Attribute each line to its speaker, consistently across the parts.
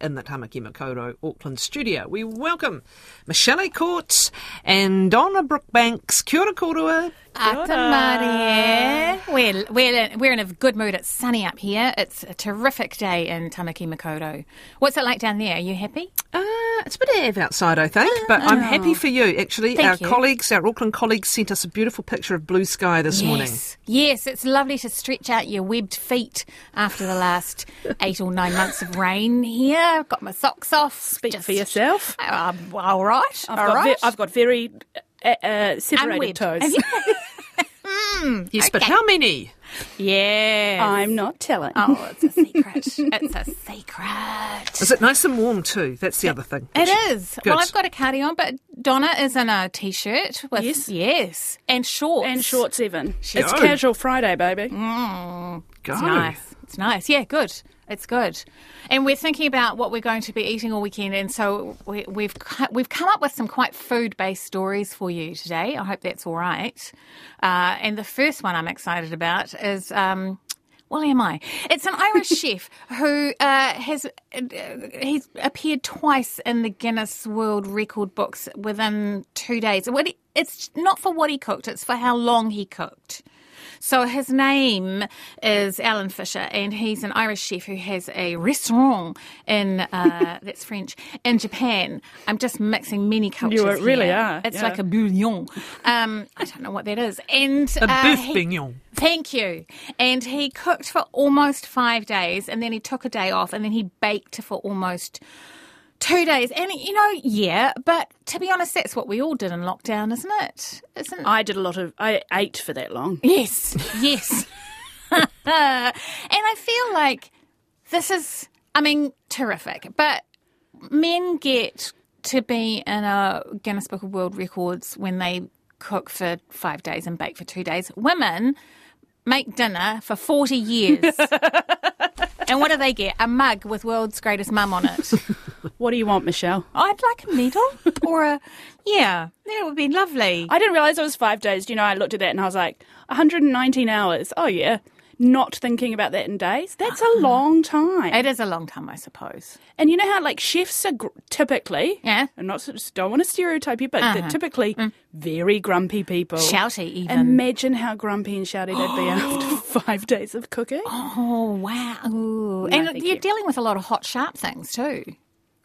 Speaker 1: in the Tamaki Makaurau Auckland studio. We welcome Michelle Courts and Donna Brookbanks. Kia ora korua.
Speaker 2: Ata Marie. We're, we're, we're in a good mood. It's sunny up here. It's a terrific day in Tamaki Makaurau. What's it like down there? Are you happy?
Speaker 1: Uh, it's a bit of outside, I think, but I'm happy for Ah. you, actually.
Speaker 2: Thank
Speaker 1: our
Speaker 2: you.
Speaker 1: colleagues, our Auckland colleagues, sent us a beautiful picture of blue sky this morning.
Speaker 2: Yes. Yes, it's lovely to stretch out your webbed feet after the last eight or nine months of rain here. I've got my socks off.
Speaker 3: Speak
Speaker 2: Just-
Speaker 3: for yourself.
Speaker 2: Um, all right. all
Speaker 3: I've got
Speaker 2: right.
Speaker 3: ve- I've got very uh, uh, separated
Speaker 2: Unwebbed.
Speaker 3: toes.
Speaker 2: Have you-
Speaker 1: Yes, but how many?
Speaker 2: Yes.
Speaker 3: I'm not telling.
Speaker 2: oh, it's a secret. it's a secret.
Speaker 1: Is it nice and warm, too? That's the other thing.
Speaker 2: It is.
Speaker 1: Good.
Speaker 2: Well, I've got a cardi on, but Donna is in a t-shirt with
Speaker 3: Yes.
Speaker 2: yes, and shorts
Speaker 3: And shorts even. It's
Speaker 1: Go.
Speaker 3: casual Friday, baby.
Speaker 1: Go.
Speaker 2: It's nice. It's nice. Yeah, good. It's good. And we're thinking about what we're going to be eating all weekend, and so we, we've cu- we've come up with some quite food-based stories for you today. I hope that's all right. Uh, and the first one I'm excited about is. Um, well, am I? It's an Irish chef who uh, has uh, he's appeared twice in the Guinness World Record books within two days. What he- It's not for what he cooked; it's for how long he cooked. So his name is Alan Fisher, and he's an Irish chef who has a restaurant in uh, that's French in Japan. I'm just mixing many cultures.
Speaker 3: are- really
Speaker 2: here.
Speaker 3: are,
Speaker 2: It's
Speaker 3: yeah.
Speaker 2: like a bouillon. Um, I don't know what that is. And
Speaker 1: A
Speaker 2: uh,
Speaker 1: beef
Speaker 2: he-
Speaker 1: bourguignon.
Speaker 2: Thank you. And he cooked for almost five days, and then he took a day off, and then he baked for almost two days. And you know, yeah, but to be honest, that's what we all did in lockdown, isn't it? Isn't
Speaker 3: I did a lot of. I ate for that long.
Speaker 2: Yes, yes. and I feel like this is, I mean, terrific, but men get to be in a Guinness Book of World Records when they cook for five days and bake for two days. Women make dinner for 40 years. and what do they get? A mug with world's greatest mum on it.
Speaker 3: What do you want, Michelle?
Speaker 2: I'd like a medal or a, yeah, that would be lovely.
Speaker 3: I didn't realise it was five days. You know, I looked at that and I was like, 119 hours. Oh, yeah. Not thinking about that in days. That's
Speaker 2: Uh-huh.
Speaker 3: a long time.
Speaker 2: It is a long time, I suppose.
Speaker 3: And you know how, like, chefs are gr- typically,
Speaker 2: Yeah.
Speaker 3: and not just don't want to stereotype you, but they're typically very grumpy people.
Speaker 2: Shouty, even.
Speaker 3: Imagine how grumpy and shouty they'd be after five days of cooking.
Speaker 2: Oh wow! and
Speaker 3: thank
Speaker 2: you're
Speaker 3: you.
Speaker 2: dealing with a lot of hot, sharp things too,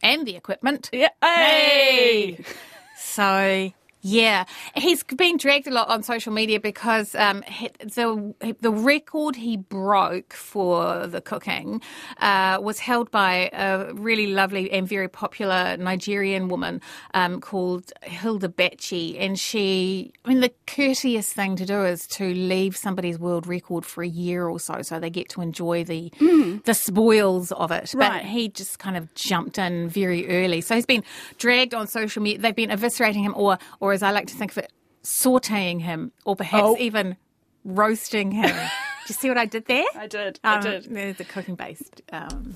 Speaker 2: and the equipment.
Speaker 3: Yeah. Hey!
Speaker 2: So yeah, he's been dragged a lot on social media because um, he- the the record he broke for the cooking uh, was held by a really lovely and very popular Nigerian woman um, called Hilda Bachi, and she. I mean, the courteous thing to do is to leave somebody's world record for a year or so, so they get to enjoy the the spoils of it. But
Speaker 3: Right.
Speaker 2: he just kind of jumped in very early. So he's been dragged on social media. They've been eviscerating him, or, or as I like to think of it, sauteing him, or perhaps
Speaker 3: Oh.
Speaker 2: even roasting him. do you see what I did there?
Speaker 3: I did. I
Speaker 2: Um,
Speaker 3: did.
Speaker 2: There's a cooking based um,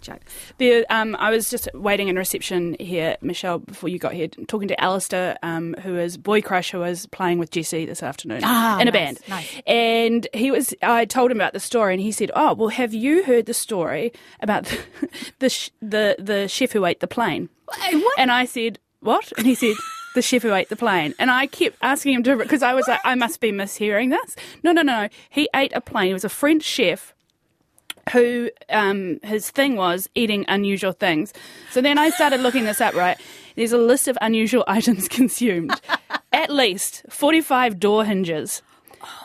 Speaker 2: joke.
Speaker 3: There, um, I was just waiting in reception here, Michelle, before you got here, talking to Alistair, um, who is Boy Crush, who is playing with Jesse this afternoon
Speaker 2: Ah,
Speaker 3: in a
Speaker 2: nice,
Speaker 3: band.
Speaker 2: nice.
Speaker 3: And he was, I told him about the story, and he said, "Oh, well, have you heard the story about the the sh- the, the chef who ate the plane?"
Speaker 2: what?
Speaker 3: And I said, "What?" And he said. The chef who ate the plane, and I kept asking him to because I was like, I must be mishearing this. No, no, no. He ate a plane. He was a French chef who um, his thing was eating unusual things. So then I started looking this up, right? There's a list of unusual items consumed at least 45 door hinges.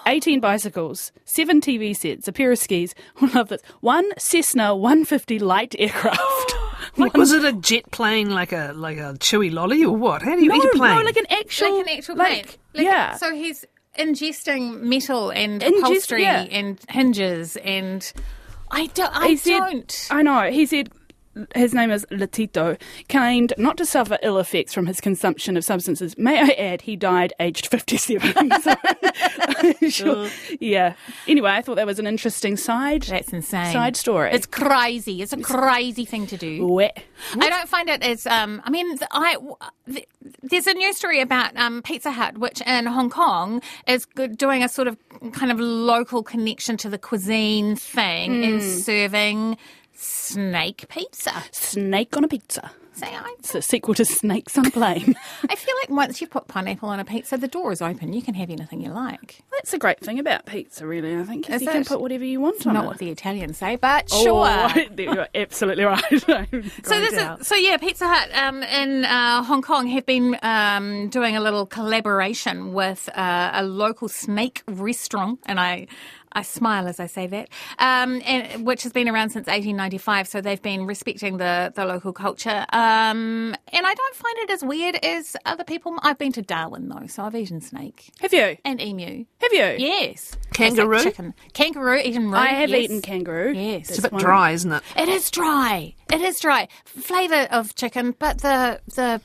Speaker 3: 18 bicycles, 7 TV sets, a pair of skis, I love this, one Cessna 150 light aircraft.
Speaker 1: Like, was it a jet plane, like a like a chewy lolly, or what? How do you eat a plane?
Speaker 3: no, like an actual,
Speaker 2: like an actual
Speaker 3: like,
Speaker 2: plane. Like-
Speaker 3: yeah.
Speaker 2: So he's ingesting metal and
Speaker 3: Ingest-
Speaker 2: upholstery
Speaker 3: yeah.
Speaker 2: and hinges and. I don't. I
Speaker 3: He said-
Speaker 2: don't.
Speaker 3: I know. He said his name is Letito, claimed not to suffer ill effects from his consumption of substances. May I add, he died aged 57. So, sure. Yeah. Anyway, I thought that was an interesting side.
Speaker 2: That's insane.
Speaker 3: Side story.
Speaker 2: It's crazy. It's a crazy thing to do.
Speaker 3: wet.
Speaker 2: I don't find it as. Um, I mean, th- I w- th- there's a news story about um, Pizza Hut, which in Hong Kong is g- doing a sort of kind of local connection to the cuisine thing and serving Snake pizza.
Speaker 3: Snake on a Pizza.
Speaker 2: Say I.
Speaker 3: It's a sequel to Snakes on a Plane.
Speaker 2: I feel like once you put pineapple on a pizza, the door is open. You can have anything you like.
Speaker 3: That's a great thing about pizza, really, I think, 'cause
Speaker 2: Is
Speaker 3: you can
Speaker 2: it?
Speaker 3: put whatever you want on
Speaker 2: Not
Speaker 3: it.
Speaker 2: what the Italians say, but
Speaker 3: Oh,
Speaker 2: sure.
Speaker 3: you're absolutely right.
Speaker 2: So this is so yeah. Pizza Hut um, in uh, Hong Kong have been um, doing a little collaboration with uh, a local snake restaurant, and I I smile as I say that, um, and which has been around since 1895. So they've been respecting the the local culture, um, and I don't find it as weird as other people. I've been to Darwin though, so I've eaten snake
Speaker 3: Have you?
Speaker 2: and emu.
Speaker 3: Have you?
Speaker 2: Yes,
Speaker 1: Kangaroo?
Speaker 2: It's like chicken, kangaroo, eaten. Root,
Speaker 3: I have
Speaker 2: yes.
Speaker 3: eaten kangaroo.
Speaker 2: Yes.
Speaker 1: It's a bit
Speaker 3: That's one-
Speaker 1: dry, isn't it?
Speaker 2: It is dry. It is dry. Flavour of chicken, but the the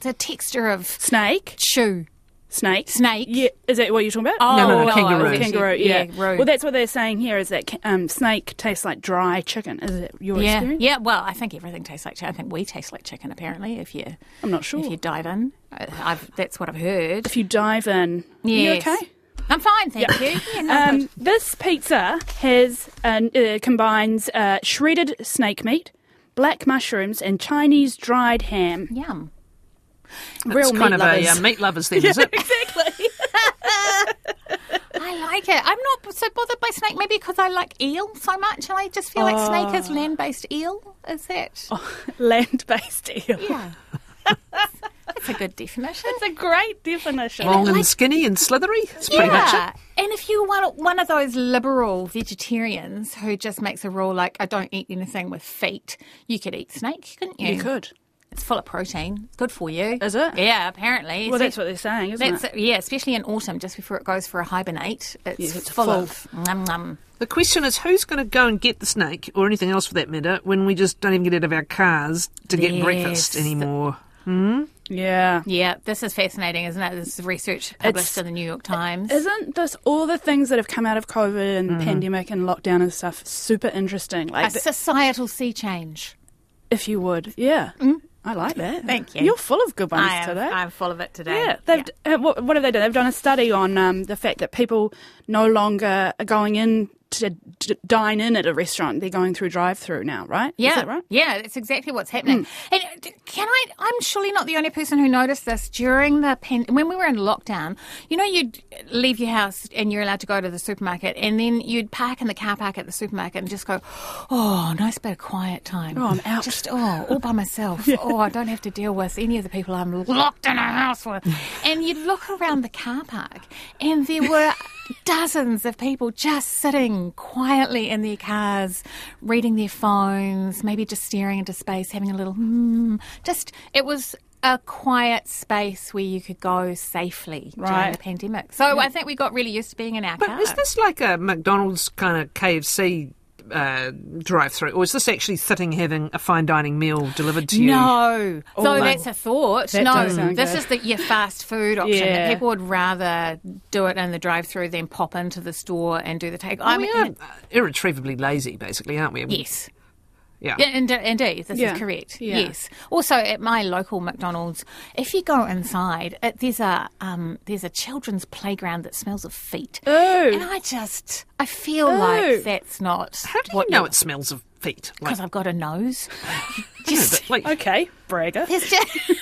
Speaker 2: the texture of
Speaker 3: Snake.
Speaker 2: chew.
Speaker 3: Snake.
Speaker 2: Snake.
Speaker 3: Yeah. Is that what you're talking about? Oh,
Speaker 1: no,
Speaker 2: I was
Speaker 1: kangaroo.
Speaker 2: actually-
Speaker 3: Kangaroo, yeah.
Speaker 2: root.
Speaker 3: Well, that's what they're saying here is that ca- um, snake tastes like dry chicken. Is it your
Speaker 2: yeah,
Speaker 3: experience?
Speaker 2: yeah. Well, I think everything tastes like chicken. I think we taste like chicken. Apparently, if you
Speaker 3: I'm not sure.
Speaker 2: if you dive in, I- I've, that's what I've heard.
Speaker 3: If you dive in,
Speaker 2: Yes. Uh-huh.
Speaker 3: you okay?
Speaker 2: I'm fine, thank you. Yeah, no, I'm
Speaker 3: Um, this pizza has an, uh, combines uh, shredded snake meat, black mushrooms, and Chinese dried ham.
Speaker 2: good. yum.
Speaker 3: Real
Speaker 1: It's kind
Speaker 3: meat
Speaker 1: of
Speaker 3: lovers.
Speaker 1: a uh, meat lovers thing, is it?
Speaker 3: exactly.
Speaker 2: I like it. I'm not so bothered by snake. Maybe because I like eel so much, and I just feel like snake
Speaker 3: Ah.
Speaker 2: is land-based eel. Is it?
Speaker 3: Oh. Land-based eel.
Speaker 2: Yeah. That's a good definition.
Speaker 3: It's a great definition.
Speaker 1: Long and skinny and slithery. It's pretty much it.
Speaker 2: Yeah, and if you are one of those liberal vegetarians who just makes a rule like I don't eat anything with feet, you could eat snake, couldn't you?
Speaker 3: You could.
Speaker 2: It's full of protein. It's good for you.
Speaker 3: Is it?
Speaker 2: Yeah, apparently.
Speaker 3: Well, that's what they're saying, isn't
Speaker 2: That's-
Speaker 3: it?
Speaker 2: yeah, especially in autumn, just before it goes for a hibernate. It's,
Speaker 3: Yes, it's
Speaker 2: full
Speaker 3: full.
Speaker 2: of nom nom.
Speaker 1: The question is who's going to go and get the snake or anything else for that matter when we just don't even get out of our cars to get
Speaker 2: Yes.
Speaker 1: breakfast anymore?
Speaker 3: Yeah.
Speaker 2: Yeah, this is fascinating, isn't it? This is research published in the New York Times.
Speaker 3: Isn't this all the things that have come out of COVID and pandemic and lockdown and stuff super interesting?
Speaker 2: a
Speaker 3: Mm-hmm. Like, th-
Speaker 2: societal sea change.
Speaker 3: if you would, yeah, I like that.
Speaker 2: Thank you.
Speaker 3: You're full of good ones
Speaker 2: I am,
Speaker 3: today.
Speaker 2: I'm full of it today.
Speaker 3: yeah, they've Uh, what, what have they done? They've done a study on um, the fact that people no longer are going in to d- dine in at a restaurant; they're going through drive-through now, right?
Speaker 2: Yeah,
Speaker 3: Is that right? Hmm.
Speaker 2: Yeah, that's exactly what's happening. And uh, d- can I? I'm surely not the only person who noticed this during the pen, when we were in lockdown. You know, you'd leave your house and you're allowed to go to the supermarket, and then you'd park in the car park at the supermarket and just go, "Oh, nice bit of quiet time.
Speaker 3: Oh, I'm out.
Speaker 2: Just oh, all by myself. Oh, I don't have to deal with any of the people I'm locked in a house with." And you'd look around the car park, and there were. Dozens of people just sitting quietly in their cars, reading their phones, maybe just staring into space, having a little hmm. Just it was a quiet space where you could go safely during
Speaker 3: Right.
Speaker 2: the pandemic. So I think we got really used to being in our
Speaker 1: But
Speaker 2: car.
Speaker 1: is this like a McDonald's kind of KFC uh, drive through, or is this actually sitting having a fine dining meal delivered to you?
Speaker 2: No, so
Speaker 3: no.
Speaker 2: that's a thought.
Speaker 3: That
Speaker 2: no,
Speaker 3: does sound
Speaker 2: this
Speaker 3: good.
Speaker 2: is the your fast food option. that
Speaker 3: Yeah.
Speaker 2: People would rather do it in the drive-through than pop into the store and do the take.
Speaker 3: Oh,
Speaker 2: I
Speaker 1: We
Speaker 2: mean,
Speaker 1: are uh, irretrievably lazy, basically, aren't we?
Speaker 2: yes.
Speaker 1: Yeah.
Speaker 2: Yeah, ind- indeed, this
Speaker 3: Yeah.
Speaker 2: is correct.
Speaker 3: Yeah.
Speaker 2: Yes. Also, at my local McDonald's, if you go inside, it, there's a um, there's a children's playground that smells of feet. Ooh.
Speaker 1: Oh.
Speaker 2: And I just, I feel
Speaker 3: Ew.
Speaker 2: like that's not
Speaker 1: How do you
Speaker 2: what
Speaker 1: know it smells of feet? Like,
Speaker 2: Because I've got a nose.
Speaker 1: you know, but, like,
Speaker 3: Okay, bragger.
Speaker 2: There's just.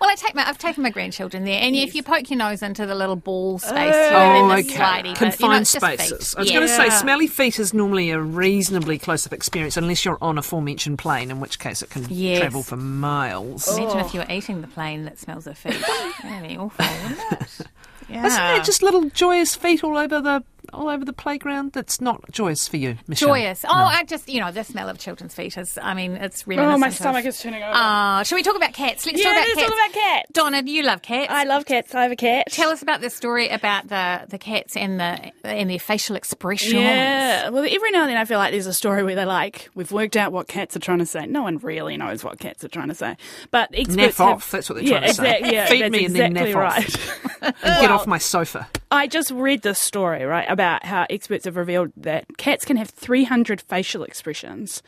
Speaker 2: Well, I take my, I've taken my grandchildren there, and if you poke your nose into the little ball space, you're in
Speaker 1: Oh,
Speaker 2: the
Speaker 1: okay.
Speaker 2: slidey bit.
Speaker 1: Confined
Speaker 2: you know, it's just feet.
Speaker 1: spaces. I was
Speaker 2: Yeah.
Speaker 1: going to say, smelly feet is normally a reasonably close-up experience, unless you're on a aforementioned plane, in which case it can
Speaker 2: Yes. Oh.
Speaker 1: travel for miles.
Speaker 2: Imagine if you were eating the plane that smells of feet. That'd be awful, wouldn't it? Yeah.
Speaker 1: Isn't there just little joyous feet all over the all over the playground? That's not joyous for you, Michelle.
Speaker 2: joyous? Oh, I just you know the smell of children's feet is. I mean, it's reminiscent.
Speaker 3: Oh, my
Speaker 2: of-
Speaker 3: stomach is turning over.
Speaker 2: Ah, shall we talk about cats? Let's
Speaker 3: Yeah,
Speaker 2: talk about
Speaker 3: let's
Speaker 2: cats.
Speaker 3: talk Um, about cats.
Speaker 2: Donna, you love cats.
Speaker 3: I love cats. I have a cat.
Speaker 2: Tell us about this story about the the cats and the and their facial expressions.
Speaker 3: Yeah. Well, every now and then I feel like there's a story where they're like, we've worked out what cats are trying to say. No one really knows what cats are trying to say. But experts.
Speaker 1: Naff off,
Speaker 3: have-
Speaker 1: that's what they're
Speaker 3: yeah,
Speaker 1: trying to say.
Speaker 3: exact- yeah,
Speaker 1: Feed
Speaker 3: that's
Speaker 1: me and then
Speaker 3: exactly
Speaker 1: naff off.
Speaker 3: right.
Speaker 1: And get off my sofa.
Speaker 3: I just read this story, right, about how experts have revealed that cats can have 300 facial expressions.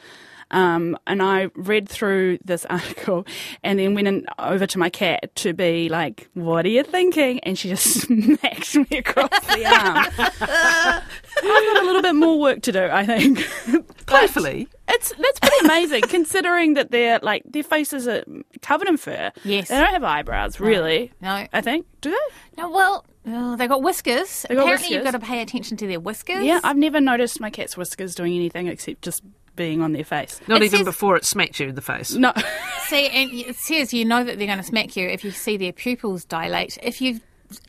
Speaker 3: Um, and I read through this article and then went in, over to my cat to be like, What are you thinking? And she just smacked me across the arm. I've got a little bit more work to do, I think.
Speaker 1: Playfully.
Speaker 3: It's that's pretty amazing considering that their like their faces are covered in fur.
Speaker 2: Yes.
Speaker 3: they don't have eyebrows really.
Speaker 2: No.
Speaker 3: I think do they?
Speaker 2: No, well, oh, they got whiskers.
Speaker 3: got
Speaker 2: Apparently, you've got
Speaker 3: whiskers.
Speaker 2: to pay attention to their whiskers.
Speaker 3: Yeah, I've never noticed my cat's whiskers doing anything except just being on their face.
Speaker 1: Not
Speaker 2: It
Speaker 1: even
Speaker 2: says-
Speaker 1: before it smacks you in the face.
Speaker 3: No,
Speaker 2: See, and it says you know that they're going to smack you if you see their pupils dilate. If you're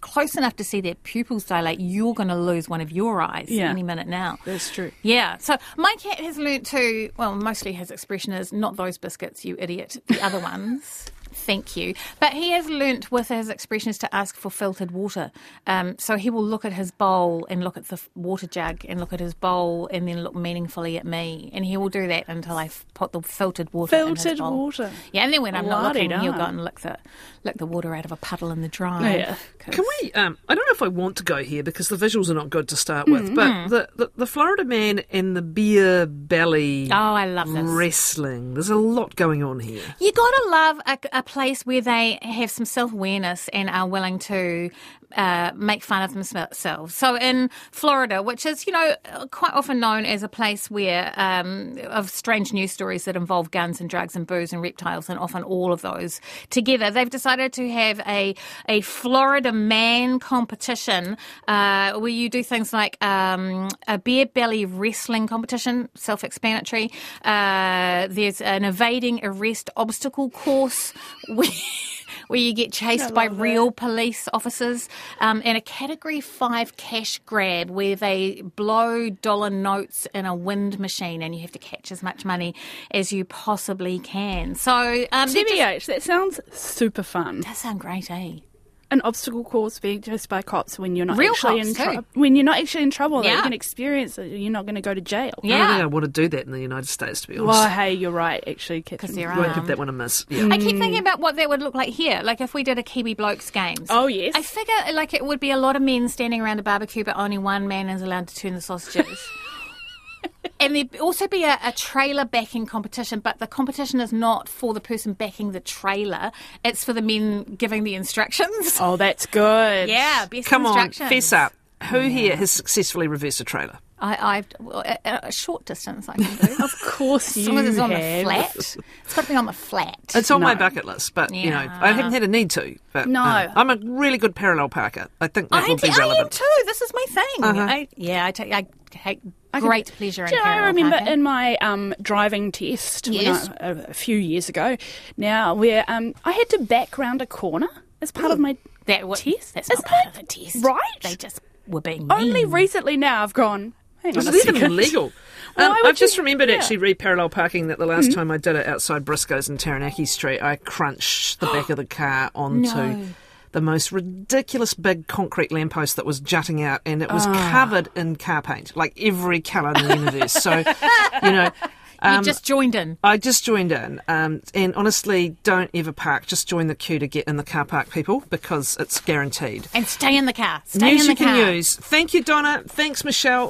Speaker 2: close enough to see their pupils dilate, you're going to lose one of your eyes
Speaker 3: Yeah.
Speaker 2: any minute now.
Speaker 3: that's true.
Speaker 2: Yeah. So my cat has learnt to, well, mostly his expression is not those biscuits, you idiot, the other ones. Thank you. But he has learnt with his expressions to ask for filtered water. Um, so he will look at his bowl and look at the f- water jug and look at his bowl and then look meaningfully at me. And he will do that until I f- put the filtered water in his
Speaker 3: Filtered
Speaker 2: bowl.
Speaker 3: water.
Speaker 2: Yeah, and then when I'm not looking,
Speaker 3: La-di-da.
Speaker 2: he'll go and lick the, lick the water out of a puddle in the drive.
Speaker 3: Yeah.
Speaker 2: 'Cause-
Speaker 1: Can we? Um, I don't know if I want to go here because the visuals are not good to start with. But
Speaker 2: Mm-hmm.
Speaker 1: the, the the Florida man and the beer belly
Speaker 2: Oh, I love this.
Speaker 1: wrestling. There's a lot going on here.
Speaker 2: You gotta love a, a place where they have some self awareness and are willing to uh, make fun of themselves. So in Florida, which is you know quite often known as a place where um, of strange news stories that involve guns and drugs and booze and reptiles and often all of those together, they've decided to have a a Florida man competition uh, where you do things like um, a beer belly wrestling competition, self explanatory. Uh, there's an evading arrest obstacle course where, where you get chased by real police officers, um, and a category five cash grab where they blow dollar notes in a wind machine and you have to catch as much money as you possibly can. So, um, they just-
Speaker 3: TBH, that sounds super fun.
Speaker 2: that sound great, eh?
Speaker 3: An obstacle course being chased by cops when you're not
Speaker 2: Real
Speaker 3: actually
Speaker 2: cops
Speaker 3: in
Speaker 2: too.
Speaker 3: trouble. When you're not actually in trouble, that
Speaker 2: Yeah.
Speaker 3: you can experience it. You're not going to go to jail.
Speaker 1: I don't
Speaker 2: Yeah.
Speaker 1: think I want to do that in the United States. To be honest,
Speaker 3: Well, hey, you're right. Actually, because
Speaker 2: they're
Speaker 1: won't give
Speaker 2: armed.
Speaker 1: that Mm. one a miss. Yeah.
Speaker 2: I keep thinking about what that would look like here, like if we did a Kiwi Blokes Games.
Speaker 3: Oh, yes.
Speaker 2: I figure like it would be a lot of men standing around a barbecue, but only one man is allowed to turn the sausages. And there'd also be a, a trailer backing competition, but the competition is not for the person backing the trailer. It's for the men giving the instructions.
Speaker 3: Oh, that's good.
Speaker 2: Yeah, best
Speaker 1: Come on,
Speaker 2: instructions.
Speaker 1: fess up. Who here has successfully reversed a trailer?
Speaker 2: I, I've well, a, a short distance I can do.
Speaker 3: Of course
Speaker 2: As
Speaker 3: you
Speaker 2: long as it's on the
Speaker 3: have.
Speaker 2: flat. It's got to be on the flat.
Speaker 1: It's on my
Speaker 3: No.
Speaker 1: bucket list, but you know, I
Speaker 2: Yeah.
Speaker 1: haven't had a need to. But
Speaker 3: No.
Speaker 1: um, I'm a really good parallel parker. I think that
Speaker 2: I,
Speaker 1: will be
Speaker 2: do- I am
Speaker 1: relevant.
Speaker 2: too. This is my thing.
Speaker 1: Uh-huh.
Speaker 2: I, yeah, I take, I take
Speaker 3: can-
Speaker 2: great pleasure in
Speaker 3: Do you know, I
Speaker 2: parallel
Speaker 3: remember
Speaker 2: parking.
Speaker 3: in my um, driving test when
Speaker 2: Yes.
Speaker 3: I- a a few years ago now, where um, I had to back round a corner as part of my
Speaker 2: that what,
Speaker 3: test.
Speaker 2: That's
Speaker 3: Isn't
Speaker 2: not part of
Speaker 3: that
Speaker 2: the test.
Speaker 3: right?
Speaker 2: They just were being
Speaker 3: Only
Speaker 2: mean.
Speaker 3: recently now I've gone. Hang on
Speaker 1: Is
Speaker 3: a
Speaker 1: it even
Speaker 3: second.
Speaker 1: legal?
Speaker 3: Why
Speaker 1: Um,
Speaker 3: would
Speaker 1: I've just
Speaker 3: you-
Speaker 1: remembered
Speaker 3: yeah.
Speaker 1: actually re parallel parking that the last
Speaker 2: Mm.
Speaker 1: time I did it outside Briscoe's in Taranaki Street, I crunched the back of the car onto
Speaker 2: No.
Speaker 1: the most ridiculous big concrete lamppost that was jutting out, and it was
Speaker 2: Ah.
Speaker 1: covered in car paint, like every colour in the universe. so, you know.
Speaker 2: you just joined in.
Speaker 1: I just joined in, um, and honestly, don't ever park. Just join the queue to get in the car park, people, because it's guaranteed.
Speaker 2: And stay in the car. Stay
Speaker 1: News
Speaker 2: in the
Speaker 1: you can
Speaker 2: car.
Speaker 1: use. Thank you, Donna. Thanks, Michelle.